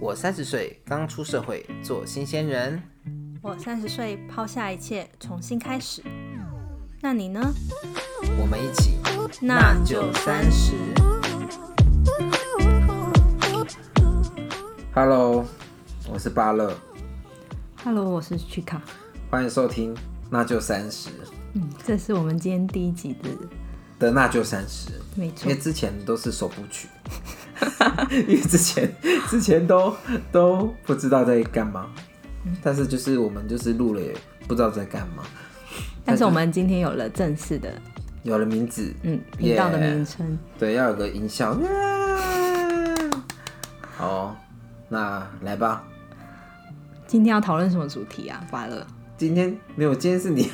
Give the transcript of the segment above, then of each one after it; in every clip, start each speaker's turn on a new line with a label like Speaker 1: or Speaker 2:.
Speaker 1: 我三十岁，刚出社会，做新鲜人。
Speaker 2: 我三十岁，抛下一切，重新开始。那你呢？
Speaker 1: 我们一起，
Speaker 2: 那
Speaker 1: 就
Speaker 2: 就
Speaker 1: 三十。Hello，我是巴乐，
Speaker 2: Hello，我是曲卡。
Speaker 1: 欢迎收听《那就三十》
Speaker 2: 嗯，这是我们今天第一集的，
Speaker 1: 的《那就三十》，
Speaker 2: 没
Speaker 1: 因
Speaker 2: 错
Speaker 1: 为。之前都是首部曲， 因为之前之前都都不知道在干嘛，但是就是我们就是录了也不知道在干嘛，
Speaker 2: 但是我们今天有了正式的，
Speaker 1: 有了名字，
Speaker 2: 嗯，频道的
Speaker 1: Yeah
Speaker 2: 名称。
Speaker 1: 对，要有个音效。好，那来吧。
Speaker 2: 今天要讨论什么主题啊？巴乐，
Speaker 1: 今天没有，今天是你，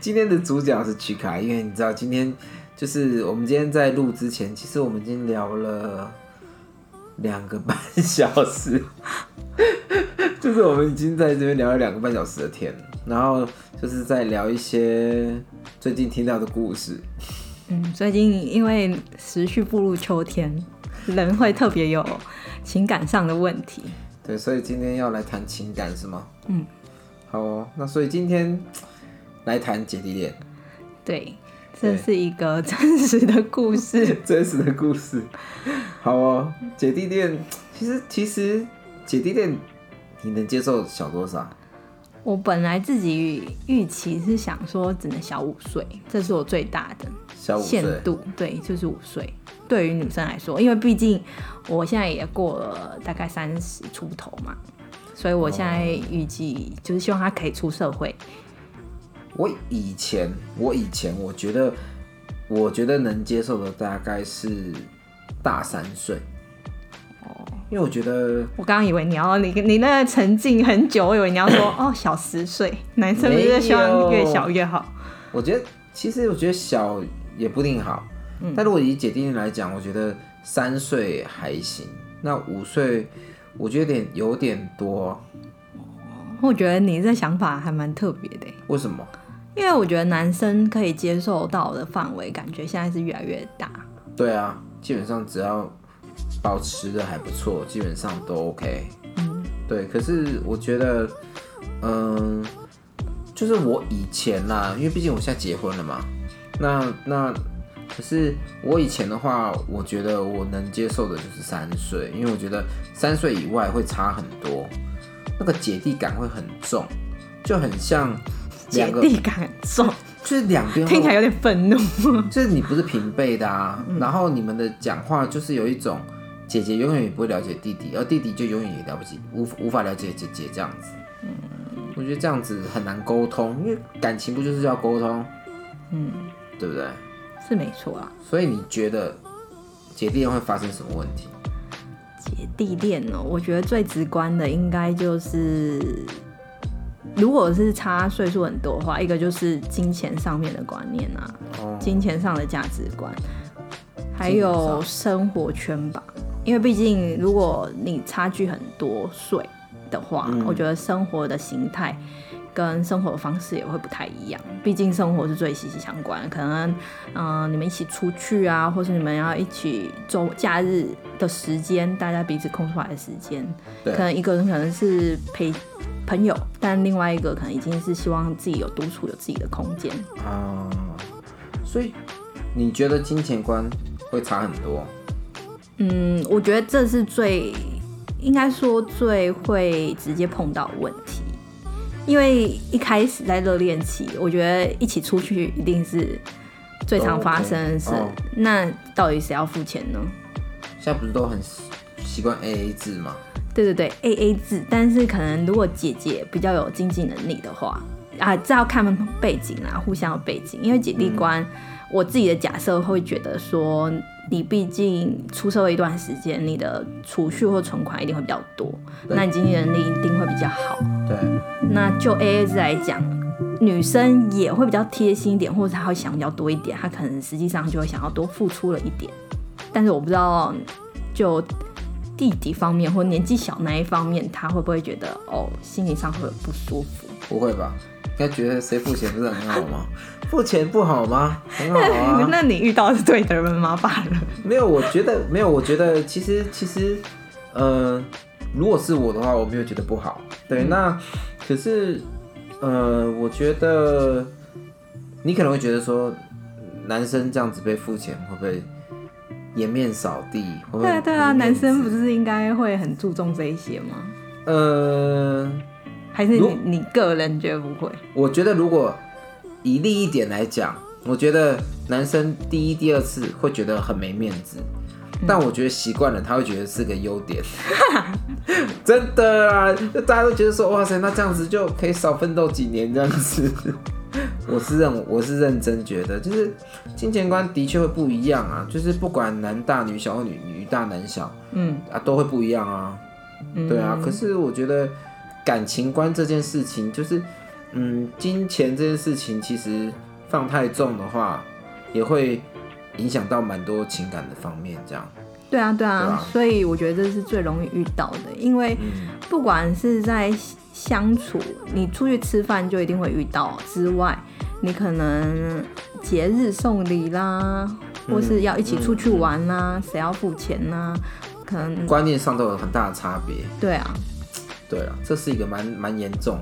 Speaker 1: 今天的主角是曲卡，因为你知道，今天就是我们今天在录之前，其实我们已经聊了两个半小时， 就是我们已经在这边聊了两个半小时的天，然后就是在聊一些最近听到的故事，
Speaker 2: 嗯，最近因为时序步入秋天，人会特别有情感上的问题。
Speaker 1: 对，所以今天要来谈情感是吗？
Speaker 2: 嗯，
Speaker 1: 好哦。那所以今天来谈姐弟恋
Speaker 2: 对，这
Speaker 1: 对
Speaker 2: 是一个 真实的故事。
Speaker 1: 真实的故事。好哦，姐弟恋其实其实姐弟恋你能接受小多少？
Speaker 2: 我本来自己预期是想说只能小五岁，这是我最大的
Speaker 1: 小五岁
Speaker 2: 限，度，对，就是五岁。对于女生来说，因为毕竟我现在也过了大概三十出头嘛，所以我现在预计就是希望她可以出社会。
Speaker 1: 我以前我以前我觉得我觉得能接受的大概是大三岁，哦，因为我觉得
Speaker 2: 我刚刚以为你要你你那个沉浸很久，我以为你要说 哦小十岁，男生不
Speaker 1: 没有
Speaker 2: 是希望越小越好？
Speaker 1: 我觉得其实我觉得小也不一定好，但如果以姐弟恋来讲，我觉得三岁还行，那五岁我觉得有点有点多，
Speaker 2: 我觉得你这想法还蛮特别的耶，
Speaker 1: 为什么？
Speaker 2: 因为我觉得男生可以接受到的范围，感觉现在是越来越大。
Speaker 1: 对啊，基本上只要保持的还不错，基本上都 OK。对，
Speaker 2: 嗯
Speaker 1: 可是我觉得，嗯，就是我以前啦，因为毕竟我现在结婚了嘛，那那可是我以前的话，我觉得我能接受的就是三岁，因为我觉得三岁以外会差很多，那个姐弟感会很重，就很像
Speaker 2: 姐
Speaker 1: 两个，
Speaker 2: 弟感很 重，
Speaker 1: 就是两边会
Speaker 2: 听起来有点愤怒。
Speaker 1: 就是你不是平辈的啊，然后你们的讲话就是有一种姐姐永远也不会了解弟弟，而弟弟就永远也了不起，无无法了解姐姐这样子。我觉得这样子很难沟通，因为感情不就是要沟通，
Speaker 2: 嗯，
Speaker 1: 对不对？
Speaker 2: 是没错啊，
Speaker 1: 所以你觉得姐弟恋会发生什么问题？
Speaker 2: 姐弟恋哦，我觉得最直观的应该就是，如果是差岁数很多的话，一个就是金钱上面的观念啊，
Speaker 1: 哦，
Speaker 2: 金钱上的价值观，还
Speaker 1: 金钱
Speaker 2: 有
Speaker 1: 上
Speaker 2: 生活圈吧。因为毕竟如果你差距很多岁的话，
Speaker 1: 嗯
Speaker 2: 我觉得生活的形态跟生活的方式也会不太一样。毕竟生活是最息息相关的，可能嗯、呃你们一起出去啊，或是你们要一起周假日的时间，大家彼此空出来的时间，
Speaker 1: 对
Speaker 2: 可能一个人可能是陪。朋友，但另外一个可能已经是希望自己有独处，有自己的空间。
Speaker 1: 啊、所以你觉得金钱观会差很多？
Speaker 2: 嗯，我觉得这是最应该说最会直接碰到的问题，因为一开始在热恋期，我觉得一起出去一定是最常发生的事。
Speaker 1: 哦，OK，哦
Speaker 2: 那到底谁要付钱呢？
Speaker 1: 现在不是都很习习惯 A A 制吗？
Speaker 2: 对对对，A A 制，但是可能如果姐姐比较有经济能力的话，啊，这要看背景啦，互相的背景，因为姐弟观，我自己的假设会觉得说，你毕竟出社会一段时间，你的储蓄或存款一定会比较多，
Speaker 1: 对
Speaker 2: 那你经济能力一定会比较好。
Speaker 1: 对，
Speaker 2: 那就 A A 制来讲，女生也会比较贴心一点，或者她会想比较多一点，她可能实际上就会想要多付出了一点。但是我不知道，就弟弟方面或年纪小那一方面，他会不会觉得哦，心理上会有不舒 服？
Speaker 1: 不会吧？应该觉得谁付钱不是很好吗？ 付钱不好吗？很好啊。
Speaker 2: 哎 那你遇到的是对的人吗？罢了。
Speaker 1: 没有，我觉得没有，我觉得其实其实，呃，如果是我的话，我没有觉得不好。对，
Speaker 2: 嗯
Speaker 1: 那可是呃，我觉得你可能会觉得说，男生这样子被付钱会不会颜面扫地？会不会
Speaker 2: 对啊对啊，
Speaker 1: 没面
Speaker 2: 男生
Speaker 1: 子
Speaker 2: 不是应该会很注重这一些吗？
Speaker 1: 呃，
Speaker 2: 还是
Speaker 1: 如
Speaker 2: 你你个人觉得不会？
Speaker 1: 我觉得如果以利益点来讲，我觉得男生第一、第二次会觉得很没面子，但我觉得习惯了，他会觉得是个优点。 真的啊，就大家都觉得说，哇塞，那这样子就可以少奋斗几年这样子。 我是认，我是认真觉得，就是金钱观的确会不一样啊，就是不管男大女小或女女大男小，
Speaker 2: 嗯，
Speaker 1: 啊，都会不一样啊。对啊，可是我觉得感情观这件事情，就是嗯，金钱这件事情，其实放太重的话，也会影响到蛮多情感的方面。这样，
Speaker 2: 对啊对
Speaker 1: 对
Speaker 2: 啊
Speaker 1: 啊，
Speaker 2: 所以我觉得这是最容易遇到的，因为不管是在相处，你出去吃饭就一定会遇到之外，你可能节日送礼啦，或是要一起出去玩啦，谁要付钱啦，可能
Speaker 1: 观念上都有很大的差别。
Speaker 2: 对啊，
Speaker 1: 对啊，这是一个蛮蛮严重。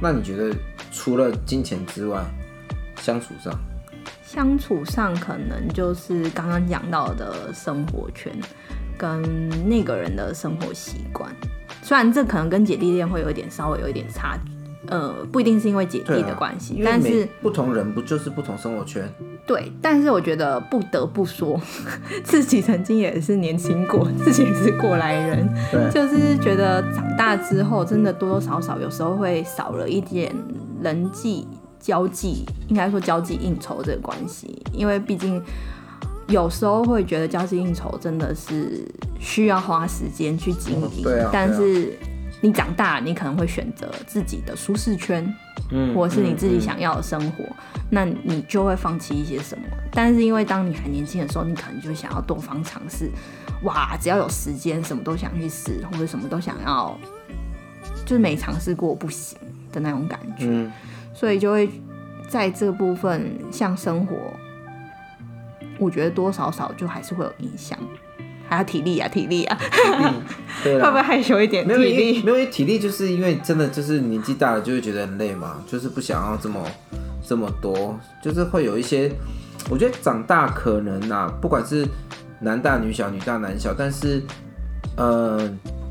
Speaker 1: 那你觉得除了金钱之外，相处上，
Speaker 2: 相处上可能就是刚刚讲到的生活圈，跟那个人的生活习惯。虽然这可能跟姐弟恋会有一点稍微有一点差距，呃，不一定是因为姐弟
Speaker 1: 对
Speaker 2: 的
Speaker 1: 啊
Speaker 2: 关系，
Speaker 1: 因为
Speaker 2: 但
Speaker 1: 每
Speaker 2: 是
Speaker 1: 不同人不就是不同生活圈？
Speaker 2: 对，但是我觉得不得不说， 自己曾经也是年轻过， 自己也是过来人，
Speaker 1: 对
Speaker 2: 就是觉得长大之后，真的多多少少有时候会少了一点人际交际，应该说交际应酬这个关系，因为毕竟有时候会觉得交际应酬真的是需要花时间去经营，
Speaker 1: 对啊对啊
Speaker 2: 但是你长大，你可能会选择自己的舒适圈，
Speaker 1: 嗯
Speaker 2: 或是你自己
Speaker 1: 嗯
Speaker 2: 想要的生活，那你就会放弃一些什么。但是因为当你还年轻的时候，你可能就想要多方尝试，哇，只要有时间，什么都想去试，或者什么都想要，就是没尝试过不行的那种感觉，
Speaker 1: 嗯
Speaker 2: 所以就会在这部分像生活，我觉得多少少就还是会有影响。还有体力啊，体力啊，
Speaker 1: 对
Speaker 2: 会
Speaker 1: 啦
Speaker 2: 不。会害羞一点？
Speaker 1: 没有，
Speaker 2: 体
Speaker 1: 因为
Speaker 2: 力，
Speaker 1: 没有，因为体力就是因为真的就是年纪大了就会觉得很累嘛，就是不想要这么这么多，就是会有一些，我觉得长大可能啊，不管是男大女小、女大男小，但是呃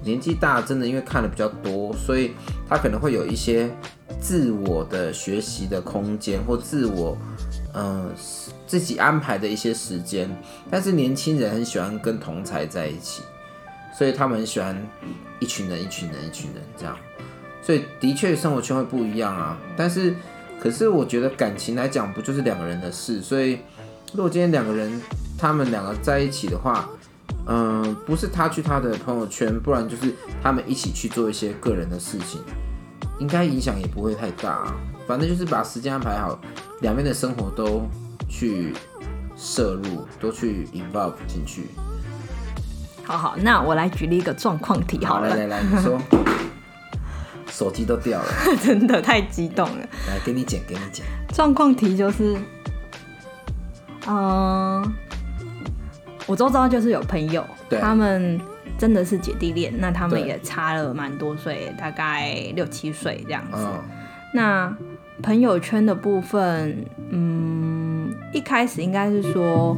Speaker 1: 年纪大真的因为看的比较多，所以他可能会有一些自我的学习的空间或自我嗯、呃自己安排的一些时间，但是年轻人很喜欢跟同才在一起。所以他们很喜欢一群人、一群人、一群人这样。所以的确生活圈会不一样啊，但是可是我觉得感情来讲，不就是两个人的事？所以如果今天两个人他们两个在一起的话，嗯、不是他去他的朋友圈，不然就是他们一起去做一些个人的事情，应该影响也不会太大、啊。反正就是把时间安排好，两边的生活都去摄入，都去 involve 进去。
Speaker 2: 好好，那我来举例一个状况题好
Speaker 1: 好，
Speaker 2: 了，
Speaker 1: 来来来，你说， 手机都掉了，
Speaker 2: 真的太激动了。
Speaker 1: 来给你剪，给你剪。
Speaker 2: 状况题就是，嗯、我周遭就是有朋友，
Speaker 1: 对
Speaker 2: 他们真的是姐弟恋，那他们
Speaker 1: 对
Speaker 2: 也差了蛮多岁，大概六七岁这样子。
Speaker 1: 嗯，
Speaker 2: 那朋友圈的部分，嗯，一开始应该是说，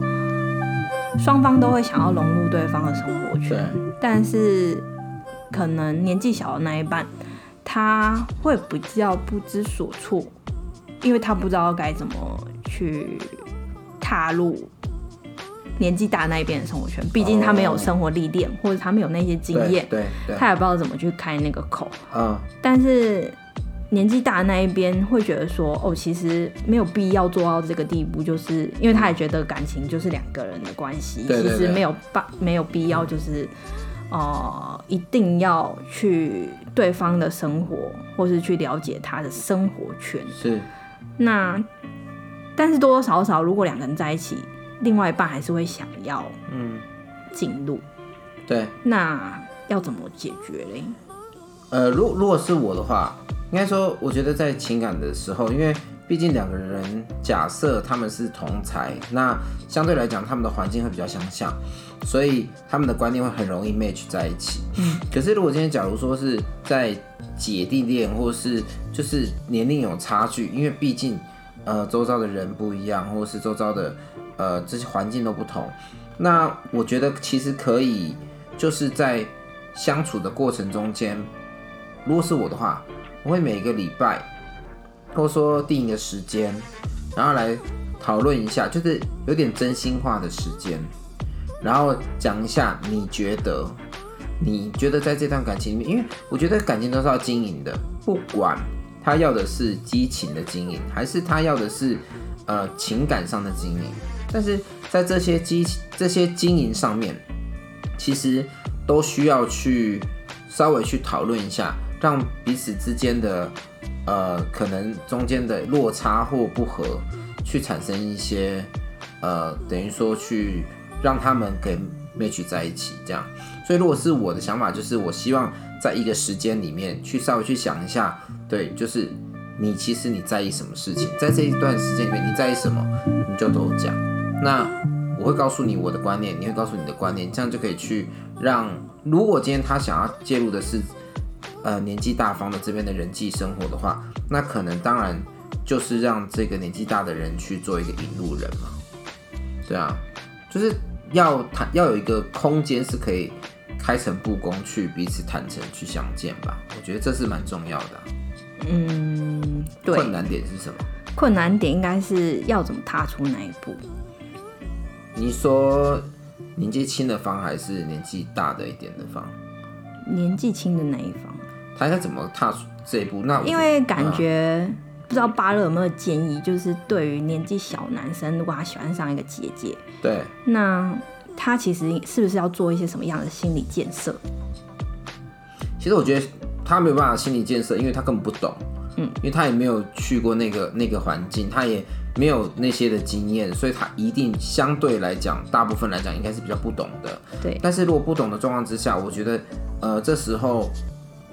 Speaker 2: 双方都会想要融入对方的生活
Speaker 1: 对
Speaker 2: 圈，但是可能年纪小的那一半，他会比较不知所措，因为他不知道该怎么去踏入。年纪大那一边的生活圈，毕竟他没有
Speaker 1: 哦
Speaker 2: 生活历练或者他没有那些经
Speaker 1: 对
Speaker 2: 验，
Speaker 1: 对对，
Speaker 2: 他也不知道怎么去开那个口。
Speaker 1: 嗯，
Speaker 2: 但是年纪大的那一边会觉得说，哦，其实没有必要做到这个地步，就是因为他也觉得感情就是两个人的关系，
Speaker 1: 对对
Speaker 2: 其实
Speaker 1: 对
Speaker 2: 没有办没有必要就是。哦、一定要去对方的生活，或是去了解他的生活圈。
Speaker 1: 是，
Speaker 2: 那但是多多少少，如果两个人在一起，另外一半还是会想要
Speaker 1: 嗯，
Speaker 2: 进入，
Speaker 1: 对，
Speaker 2: 那要怎么解决嘞？
Speaker 1: 呃，如如果是我的话，应该说，我觉得在情感的时候，因为毕竟两个人假设他们是同才，那相对来讲他们的环境会比较相像，所以他们的观念会很容易 match 在一起。嗯，可是如果今天假如说是在姐弟恋，或是就是年龄有差距，因为毕竟呃周遭的人不一样，或是周遭的呃这些环境都不同，那我觉得其实可以就是在相处的过程中间，如果是我的话，我会每个礼拜或者说定一个时间，然后来讨论一下，就是有点真心话的时间，然后讲一下你觉得，你觉得在这段感情里面，因为我觉得感情都是要经营的，不管他要的是激情的经营，还是他要的是呃情感上的经营，但是在这些激这些经营上面，其实都需要去稍微去讨论一下，让彼此之间的呃可能中间的落差或不合，去产生一些呃等于说去让他们给 match 在一起这样。所以如果是我的想法，就是我希望在一个时间里面去稍微去想一下，对，就是你其实你在意什么事情，在这一段时间里面你在意什么，你就都讲。那我会告诉你我的观念，你会告诉你的观念，这样就可以去让，如果今天他想要介入的是，呃，年纪大方的这边的人际生活的话，那可能当然就是让这个年纪大的人去做一个引路人嘛，对啊，就是要谈要有一个空间是可以开诚布公去彼此坦诚去相见吧，我觉得这是蛮重要的啊、
Speaker 2: 嗯，对，
Speaker 1: 困难点是什么？
Speaker 2: 困难点应该是要怎么踏出那一步。
Speaker 1: 你说年纪轻的方还是年纪大的一点的方？
Speaker 2: 年纪轻的那一方，
Speaker 1: 他应该怎么踏出这一步？那我嗯
Speaker 2: 因为感觉、不知道巴勒有没有建议，就是对于年纪小男生，如果他喜欢上一个姐姐，
Speaker 1: 对，
Speaker 2: 那他其实是不是要做一些什么样的心理建设？
Speaker 1: 其实我觉得他没有办法心理建设，因为他根本不懂，
Speaker 2: 嗯，
Speaker 1: 因为他也没有去过那个那个环境，他也没有那些的经验，所以他一定相对来讲，大部分来讲应该是比较不懂的。
Speaker 2: 对，
Speaker 1: 但是如果不懂的状况之下，我觉得，呃，这时候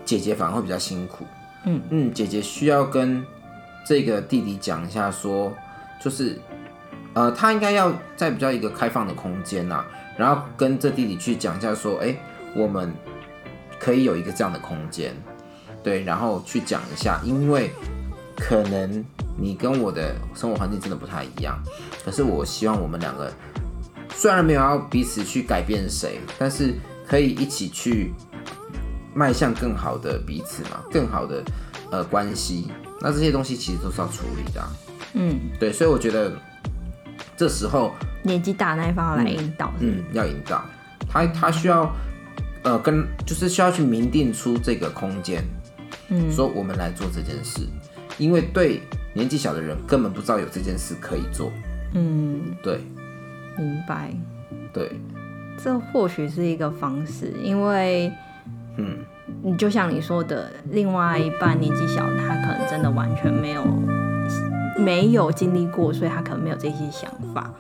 Speaker 1: 姐姐反而会比较辛苦。
Speaker 2: 嗯
Speaker 1: 嗯，姐姐需要跟这个弟弟讲一下说就是，呃，他应该要在比较一个开放的空间呐、然后跟这弟弟去讲一下说，哎、我们可以有一个这样的空间，对，然后去讲一下，因为可能你跟我的生活环境真的不太一样，可是我希望我们两个虽然没有要彼此去改变谁，但是可以一起去迈向更好的彼此嘛，更好的呃关系。那这些东西其实都是要处理的啊、
Speaker 2: 嗯，
Speaker 1: 对，所以我觉得这时候
Speaker 2: 年纪大的那一方要来引导，
Speaker 1: 嗯，要引导他，
Speaker 2: 嗯
Speaker 1: 他需要呃跟就是需要去明定出这个空间，
Speaker 2: 嗯
Speaker 1: 说我们来做这件事，因为对年纪小的人根本不知道有这件事可以做，
Speaker 2: 嗯，
Speaker 1: 对
Speaker 2: 明白。
Speaker 1: 对，
Speaker 2: 这或许是一个方式，因为，
Speaker 1: 嗯，
Speaker 2: 你就像你说的，另外一半年纪小，他可能真的完全没有没有经历过，所以他可能没有这些想法。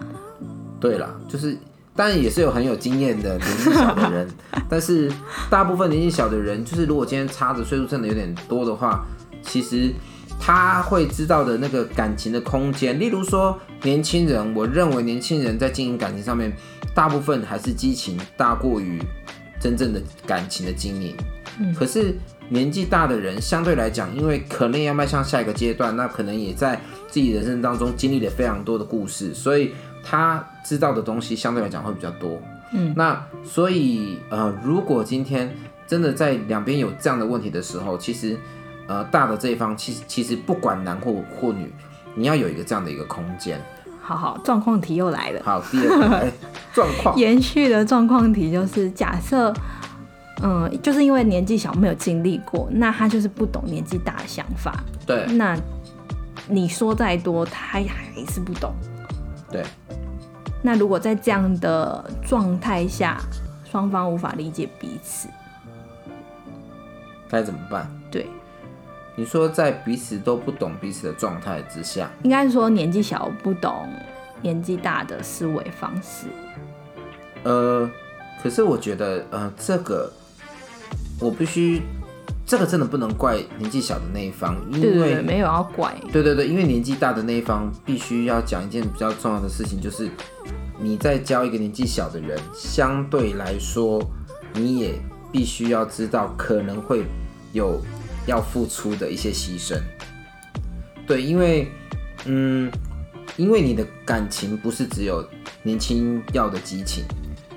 Speaker 1: 对啦，就是当然也是有很有经验的年纪小的人，但是大部分年纪小的人，就是如果今天差的岁数真的有点多的话，其实他会知道的那个感情的空间，例如说年轻人，我认为年轻人在经营感情上面，大部分还是激情大过于真正的感情的经营。可是年纪大的人相对来讲，因为可能要迈向下一个阶段，那可能也在自己人生当中经历了非常多的故事，所以他知道的东西相对来讲会比较多。嗯，那所以呃，如果今天真的在两边有这样的问题的时候，其实呃大的这一方其实其实不管男或或女，你要有一个这样的一个空间。
Speaker 2: 好好，状况题又来了。
Speaker 1: 好，第二个哎状况，
Speaker 2: 延续的状况题就是假设，嗯，就是因为年纪小没有经历过，那他就是不懂年纪大的想法。
Speaker 1: 对
Speaker 2: 那你说再多，他还是不懂。
Speaker 1: 对，
Speaker 2: 那如果在这样的状态下，双方无法理解彼此，
Speaker 1: 该怎么办？
Speaker 2: 对，
Speaker 1: 你说在彼此都不懂彼此的状态之下，
Speaker 2: 应该是说年纪小不懂年纪大的思维方式。
Speaker 1: 呃，可是我觉得，呃，这个我必须这个真的不能怪年纪小的那一方，因为
Speaker 2: 对对对，没有要怪，
Speaker 1: 对对对，因为年纪大的那一方必须要讲一件比较重要的事情，就是你在教一个年纪小的人，相对来说，你也必须要知道可能会有要付出的一些牺牲。对，因为嗯，因为你的感情不是只有年轻要的激情，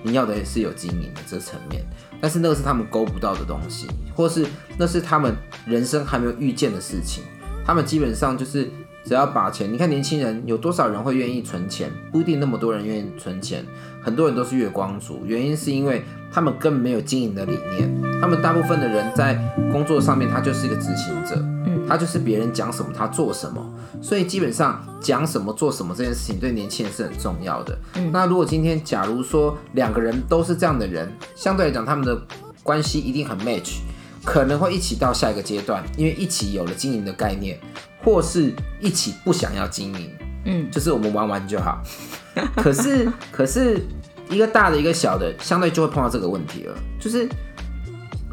Speaker 1: 你要的是有经营的这层面，但是那个是他们勾不到的东西，或是那是他们人生还没有遇见的事情。他们基本上就是只要把钱，你看年轻人有多少人会愿意存钱？不一定那么多人愿意存钱，很多人都是月光族，原因是因为他们根本没有经营的理念。他们大部分的人在工作上面，他就是一个执行者，嗯，他就是别人讲什么他做什么，所以基本上讲什么做什么这件事情对年轻人是很重要的。那如果今天假如说两个人都是这样的人，相对来讲他们的关系一定很 match，可能会一起到下一个阶段，因为一起有了经营的概念，或是一起不想要经营，
Speaker 2: 嗯，
Speaker 1: 就是我们玩玩就好。 可是，可是一个大的一个小的，相对就会碰到这个问题了，就是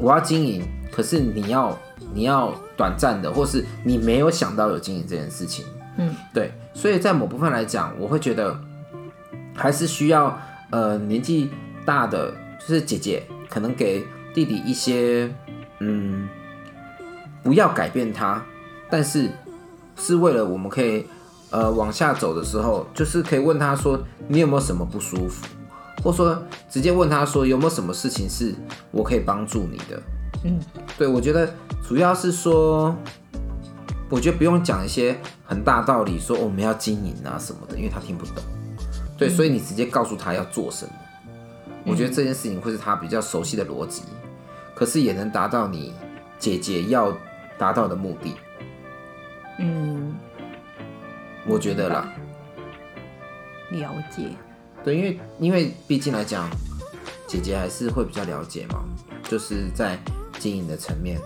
Speaker 1: 我要经营，可是你要你要短暂的，或是你没有想到有经营这件事情，
Speaker 2: 嗯，
Speaker 1: 对，所以在某部分来讲，我会觉得还是需要呃年纪大的，就是姐姐可能给弟弟一些嗯，不要改变他，但是是为了我们可以呃往下走的时候，就是可以问他说你有没有什么不舒服，或说直接问他说有没有什么事情是我可以帮助你的。嗯，对，我觉得主要是说，我觉得不用讲一些很大道理，说、哦我们要经营啊什么的，因为他听不懂。对，所以你直接告诉他要做什么，我觉得这件事情会是他比较熟悉的逻辑，可是也能达到你姐姐要达到的目的，
Speaker 2: 嗯，
Speaker 1: 我觉得啦。
Speaker 2: 了解，
Speaker 1: 对，因为因为毕竟来讲，姐姐还是会比较了解嘛，就是在经营的层面，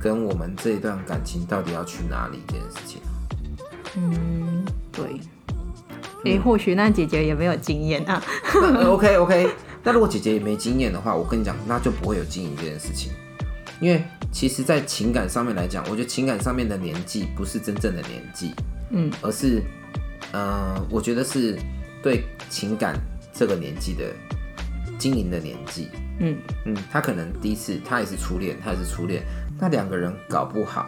Speaker 1: 跟我们这一段感情到底要去哪里这件事情。啊
Speaker 2: 嗯，对。诶、或许那姐姐也没有经验啊。
Speaker 1: 那呃 OK OK，那如果姐姐也没经验的话，我跟你讲，那就不会有经营这件事情。因为其实，在情感上面来讲，我觉得情感上面的年纪不是真正的年纪，
Speaker 2: 嗯，
Speaker 1: 而是，呃，我觉得是对情感这个年纪的经营的年纪。
Speaker 2: 嗯
Speaker 1: 嗯，他可能第一次他也是初恋，他也是初恋，那两个人搞不好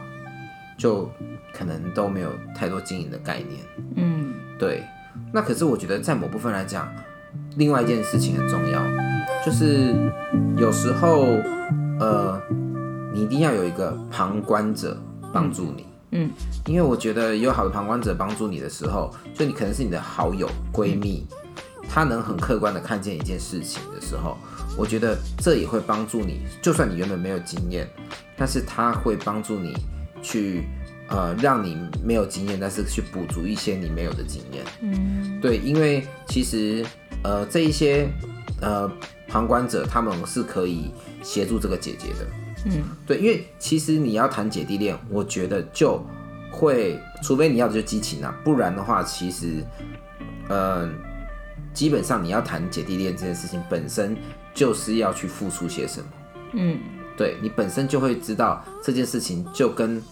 Speaker 1: 就可能都没有太多经营的概念。
Speaker 2: 嗯，
Speaker 1: 对，那可是我觉得在某部分来讲，另外一件事情很重要，就是有时候呃，你一定要有一个旁观者帮助你。
Speaker 2: 嗯
Speaker 1: 因为我觉得有好的旁观者帮助你的时候，就你可能是你的好友、闺蜜，她能很客观的看见一件事情的时候，我觉得这也会帮助你。就算你原本没有经验，但是它会帮助你去呃，让你没有经验，但是去补足一些你没有的经验。
Speaker 2: 嗯
Speaker 1: 对，因为其实呃这一些呃旁观者他们是可以协助这个姐姐的。
Speaker 2: 嗯
Speaker 1: 对，因为其实你要谈姐弟恋，我觉得就会，除非你要的就激情啊，不然的话，其实，呃，基本上你要谈姐弟恋这件事情本身就是要去付出些什么。
Speaker 2: 嗯
Speaker 1: 对你本身就会知道这件事情就跟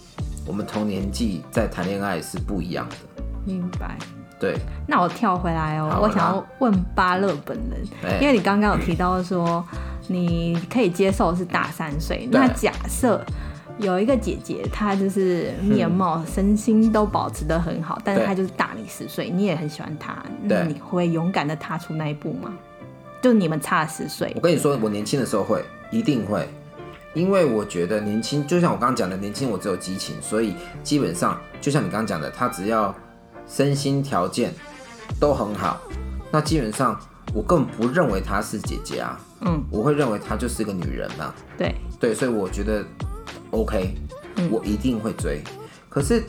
Speaker 1: 我们同年纪在谈恋爱是不一样的。
Speaker 2: 明白。
Speaker 1: 对，
Speaker 2: 那我跳回来哦，
Speaker 1: 好
Speaker 2: 我想要问巴勒本人，
Speaker 1: 哎
Speaker 2: 因为你刚刚有提到说你可以接受是大三岁，那假设有一个姐姐，她就是面貌、身心都保持得很好，但是
Speaker 1: 对
Speaker 2: 她就是大你十岁，你也很喜欢她，那
Speaker 1: 对
Speaker 2: 你会勇敢的踏出那一步吗？就你们差十岁
Speaker 1: 我，跟你说，我年轻的时候会，一定会，因为我觉得年轻，就像我刚刚讲的，年轻我只有激情，所以基本上就像你刚刚讲的，他只要身心条件都很好，那基本上我根本不认为她是姐姐啊，
Speaker 2: 嗯，
Speaker 1: 我会认为她就是个女人啊。
Speaker 2: 对，
Speaker 1: 对，所以我觉得 OK，
Speaker 2: 嗯
Speaker 1: 我一定会追。可是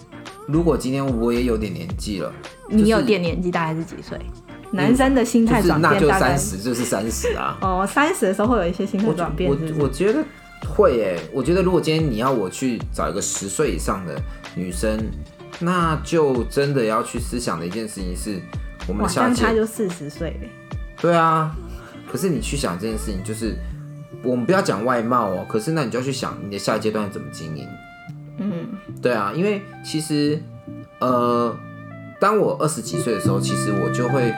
Speaker 1: 如果今天我也有点年纪了，
Speaker 2: 你有
Speaker 1: 就是
Speaker 2: 点年纪，大概是几岁？男生的心态
Speaker 1: 就是
Speaker 2: 转
Speaker 1: 那
Speaker 2: 变
Speaker 1: 就
Speaker 2: 大概
Speaker 1: 三十，就是三十啊。
Speaker 2: 哦，三十的时候会有一些心态
Speaker 1: 我
Speaker 2: 转
Speaker 1: 觉
Speaker 2: 变，是不是
Speaker 1: 我我觉得会诶、我觉得如果今天你要我去找一个十岁以上的女生，那就真的要去思想的一件事情是，我们
Speaker 2: 哇，
Speaker 1: 的下
Speaker 2: 但
Speaker 1: 届
Speaker 2: 他就四十岁了。
Speaker 1: 对啊。可是你去想这件事情，就是我们不要讲外貌哦，可是那你就要去想你的下一阶段怎么经营。嗯，对啊，因为其实呃，当我二十几岁的时候，其实我就会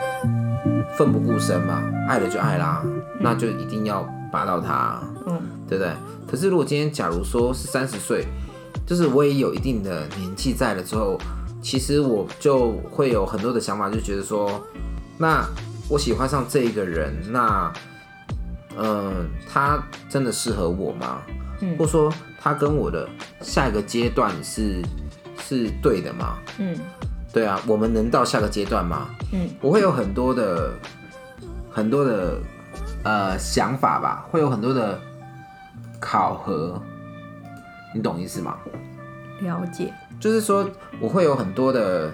Speaker 1: 奋不顾身嘛，爱了就爱啦，那就一定要拔到它，嗯，对不对？可是如果今天假如说是三十岁，就是我也有一定的年纪在了之后，其实我就会有很多的想法，就觉得说，那我喜欢上这一个人，那嗯，他真的适合我吗？嗯，或说他跟我的下一个阶段是是对的吗？
Speaker 2: 嗯
Speaker 1: 对啊，我们能到下个阶段吗？
Speaker 2: 嗯，
Speaker 1: 我会有很多的很多的呃想法吧，会有很多的考核，你懂意思吗？
Speaker 2: 了解，
Speaker 1: 就是说我会有很多的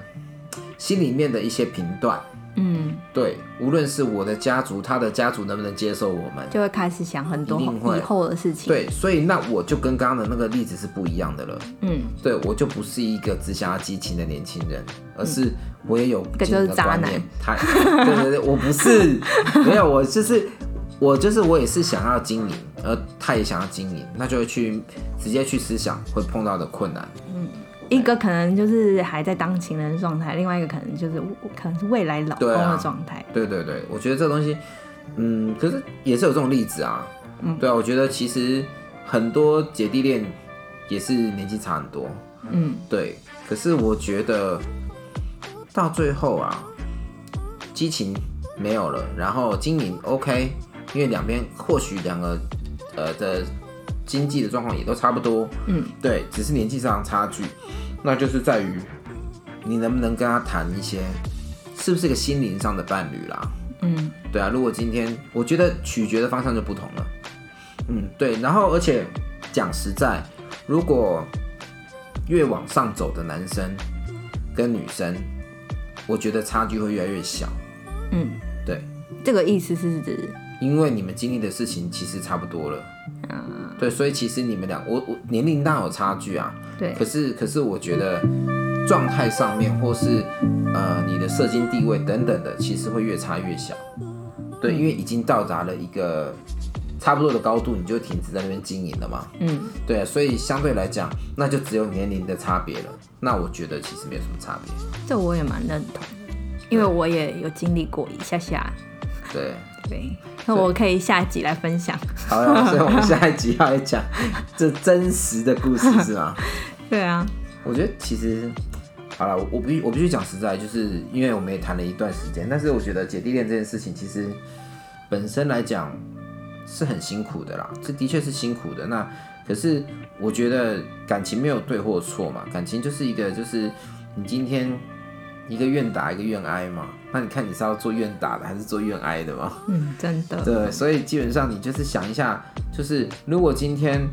Speaker 1: 心里面的一些评断，
Speaker 2: 嗯，
Speaker 1: 对，无论是我的家族，他的家族能不能接受我们，
Speaker 2: 就会开始想很多
Speaker 1: 一定会
Speaker 2: 以后的事情。，
Speaker 1: 对，所以那我就跟刚刚的那个例子是不一样的了。
Speaker 2: 嗯，
Speaker 1: 对我就不是一个只想要激情的年轻人，而是我也有激
Speaker 2: 嗯个就
Speaker 1: 情
Speaker 2: 是
Speaker 1: 的
Speaker 2: 渣
Speaker 1: 观
Speaker 2: 男
Speaker 1: 念。他， 对对对，我不 是，没有，我就是我就是我也是想要经营，而他也想要经营，那就会去直接去思想会碰到的困难。
Speaker 2: 一个可能就是还在当情人的状态，另外一个可能就是可能是未来老公
Speaker 1: 对啊
Speaker 2: 的状态。
Speaker 1: 对对对，我觉得这东西，嗯，可是也是有这种例子啊。嗯，对啊，我觉得其实很多姐弟恋也是年纪差很多。
Speaker 2: 嗯，
Speaker 1: 对，可是我觉得到最后啊，激情没有了，然后经营 OK，因为两边或许两个呃的经济的状况也都差不多，
Speaker 2: 嗯，
Speaker 1: 对，只是年纪上的差距，那就是在于你能不能跟他谈一些是不是一个心灵上的伴侣啦，
Speaker 2: 嗯，
Speaker 1: 对啊，如果今天我觉得取决的方向就不同了，嗯，对，然后而且讲实在，如果越往上走的男生跟女生，我觉得差距会越来越小，
Speaker 2: 嗯，
Speaker 1: 对，
Speaker 2: 这个意思是指，
Speaker 1: 因为你们经历的事情其实差不多了，对，所以其实你们俩，我我年龄大有差距啊，
Speaker 2: 对
Speaker 1: 可是可是我觉得状态上面或是呃你的社经地位等等的，其实会越差越小，对，
Speaker 2: 嗯
Speaker 1: 因为已经到达了一个差不多的高度，你就停止在那边经营了嘛，
Speaker 2: 嗯，
Speaker 1: 对啊，所以相对来讲，那就只有年龄的差别了，那我觉得其实没有什么差别，
Speaker 2: 这我也蛮认同的，因为我也有经历过一下下。
Speaker 1: 对。
Speaker 2: 对，那我可以下一集来分享。
Speaker 1: 好了，所以我们下一集要来讲这真实的故事是吗？
Speaker 2: 对啊，
Speaker 1: 我觉得其实，好了，我我必须我必须讲实在，就是因为我们也谈了一段时间，但是我觉得姐弟恋这件事情，其实本身来讲是很辛苦的啦，这的确是辛苦的。那可是我觉得感情没有对或错嘛，感情就是一个就是你今天一个愿打一个愿挨嘛，那你看你是要做愿打的还是做愿挨的嘛？
Speaker 2: 嗯，真的，
Speaker 1: 对，所以基本上你就是想一下，就是如果今天，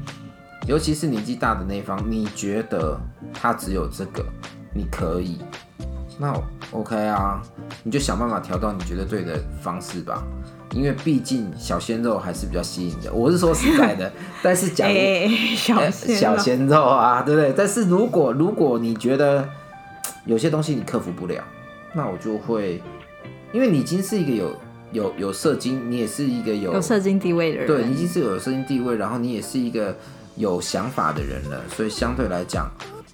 Speaker 1: 尤其是年纪大的那一方，你觉得他只有这个，你可以，那 OK 啊，你就想办法调到你觉得对的方式吧。因为毕竟小鲜肉还是比较吸引的，我是说实在的，但是假如、
Speaker 2: 哎，小
Speaker 1: 呃
Speaker 2: 鲜
Speaker 1: 小
Speaker 2: 肉
Speaker 1: 鲜肉啊，对不对？但是如果如果你觉得有些东西你克服不了，那我就会，因为你已经是一个有有有社经，你也是一个有
Speaker 2: 有社经地位的人，
Speaker 1: 对，你已经是有社经地位，然后你也是一个有想法的人了，所以相对来讲，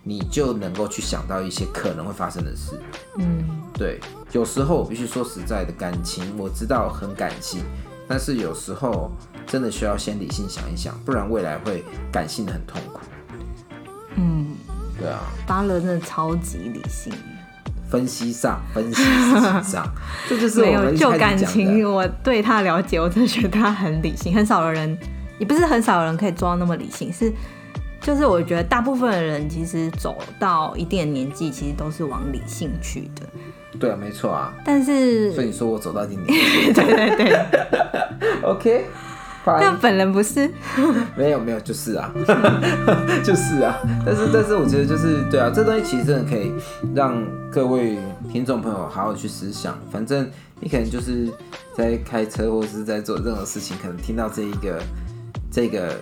Speaker 1: 你就能够去想到一些可能会发生的事。
Speaker 2: 嗯，
Speaker 1: 对，有时候我必须说实在的，感情我知道很感性，但是有时候真的需要先理性想一想，不然未来会感性的很痛苦。
Speaker 2: 嗯，
Speaker 1: 对啊，
Speaker 2: 巴勒真的超级理性，
Speaker 1: 分析上，分析事情 上，这就是
Speaker 2: 没
Speaker 1: 我们
Speaker 2: 有
Speaker 1: 一
Speaker 2: 就
Speaker 1: 开始
Speaker 2: 感
Speaker 1: 讲
Speaker 2: 情，
Speaker 1: 的。
Speaker 2: 我对他的了解，我真的觉得他很理性，很少有人，也不是很少有人可以做到那么理性，是。就是我觉得大部分的人其实走到一定的年纪，其实都是往理性去的。
Speaker 1: 对啊，没错啊。
Speaker 2: 但是
Speaker 1: 所以你说我走到今年
Speaker 2: 对对对，
Speaker 1: ，OK，
Speaker 2: 但
Speaker 1: 拜。
Speaker 2: 本人不是。
Speaker 1: 没有没有，就是啊，就是啊。但是但是，我觉得就是对啊，这东西其实真的可以让各位听众朋友好好去思想。反正你可能就是在开车或是在做任何事情，可能听到这一个这个，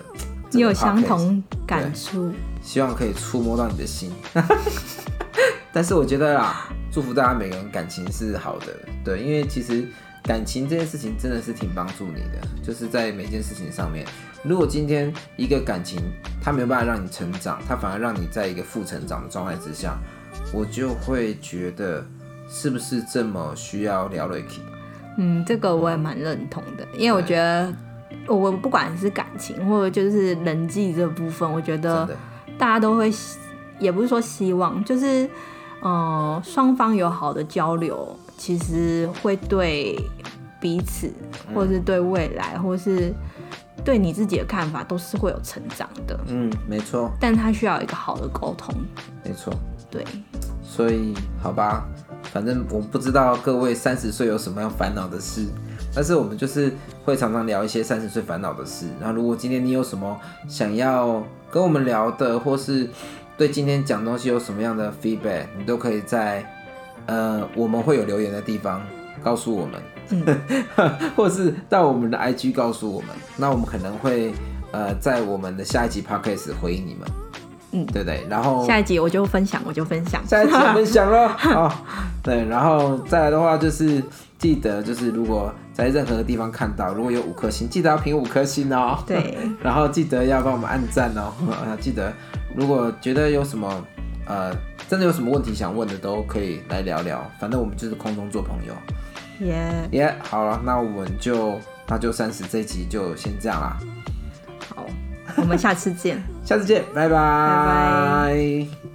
Speaker 2: 你有相
Speaker 1: 这个 podcast
Speaker 2: 同感触，
Speaker 1: 希望可以触摸到你的心。 啊但是我觉得啦，祝福大家每个人感情是好的，对，因为其实感情这件事情真的是挺帮助你的，就是在每件事情上面。如果今天一个感情它没有办法让你成长，它反而让你在一个负成长的状态之下，我就会觉得是不是这么需要聊 r i k
Speaker 2: 嗯，这个我也蛮认同的，因为我觉得我不管是感情或者就是人际这部分，我觉
Speaker 1: 真
Speaker 2: 得
Speaker 1: 的，
Speaker 2: 大家都会希，也不是说希望，就是呃双方有好的交流，其实会对彼此，或者是对未来，或是对你自己的看法，都是会有成长的。
Speaker 1: 嗯，没错，
Speaker 2: 但他需要一个好的沟通，
Speaker 1: 没错。
Speaker 2: 对，
Speaker 1: 所以好吧，反正我不知道各位三十岁有什么样烦恼的事，但是我们就是会常常聊一些三十岁烦恼的事。那如果今天你有什么想要跟我们聊的，或是对今天讲东西有什么样的 feedback，你都可以在呃我们会有留言的地方告诉我们，
Speaker 2: 嗯
Speaker 1: 或是到我们的 IG 告诉我们，那我们可能会呃在我们的下一集 podcast 回应你们。
Speaker 2: 嗯
Speaker 1: 对不对？然后
Speaker 2: 下一集我就分享，我就分享。
Speaker 1: 哦下一 次分享了。 好，对，然后再来的话就是记得，就是如果在任何地方看到，如果有五颗星，记得要评五颗星哦。
Speaker 2: 对，
Speaker 1: 然后记得要帮我们按赞哦。啊，记得如果觉得有什么呃，真的有什么问题想问的，都可以来聊聊。反正我们就是空中做朋友。
Speaker 2: 耶、
Speaker 1: 耶、好了，那我们就那就三十这一集就先这样啦，
Speaker 2: 好，我们下次见。
Speaker 1: 下次见，拜拜
Speaker 2: 拜
Speaker 1: 拜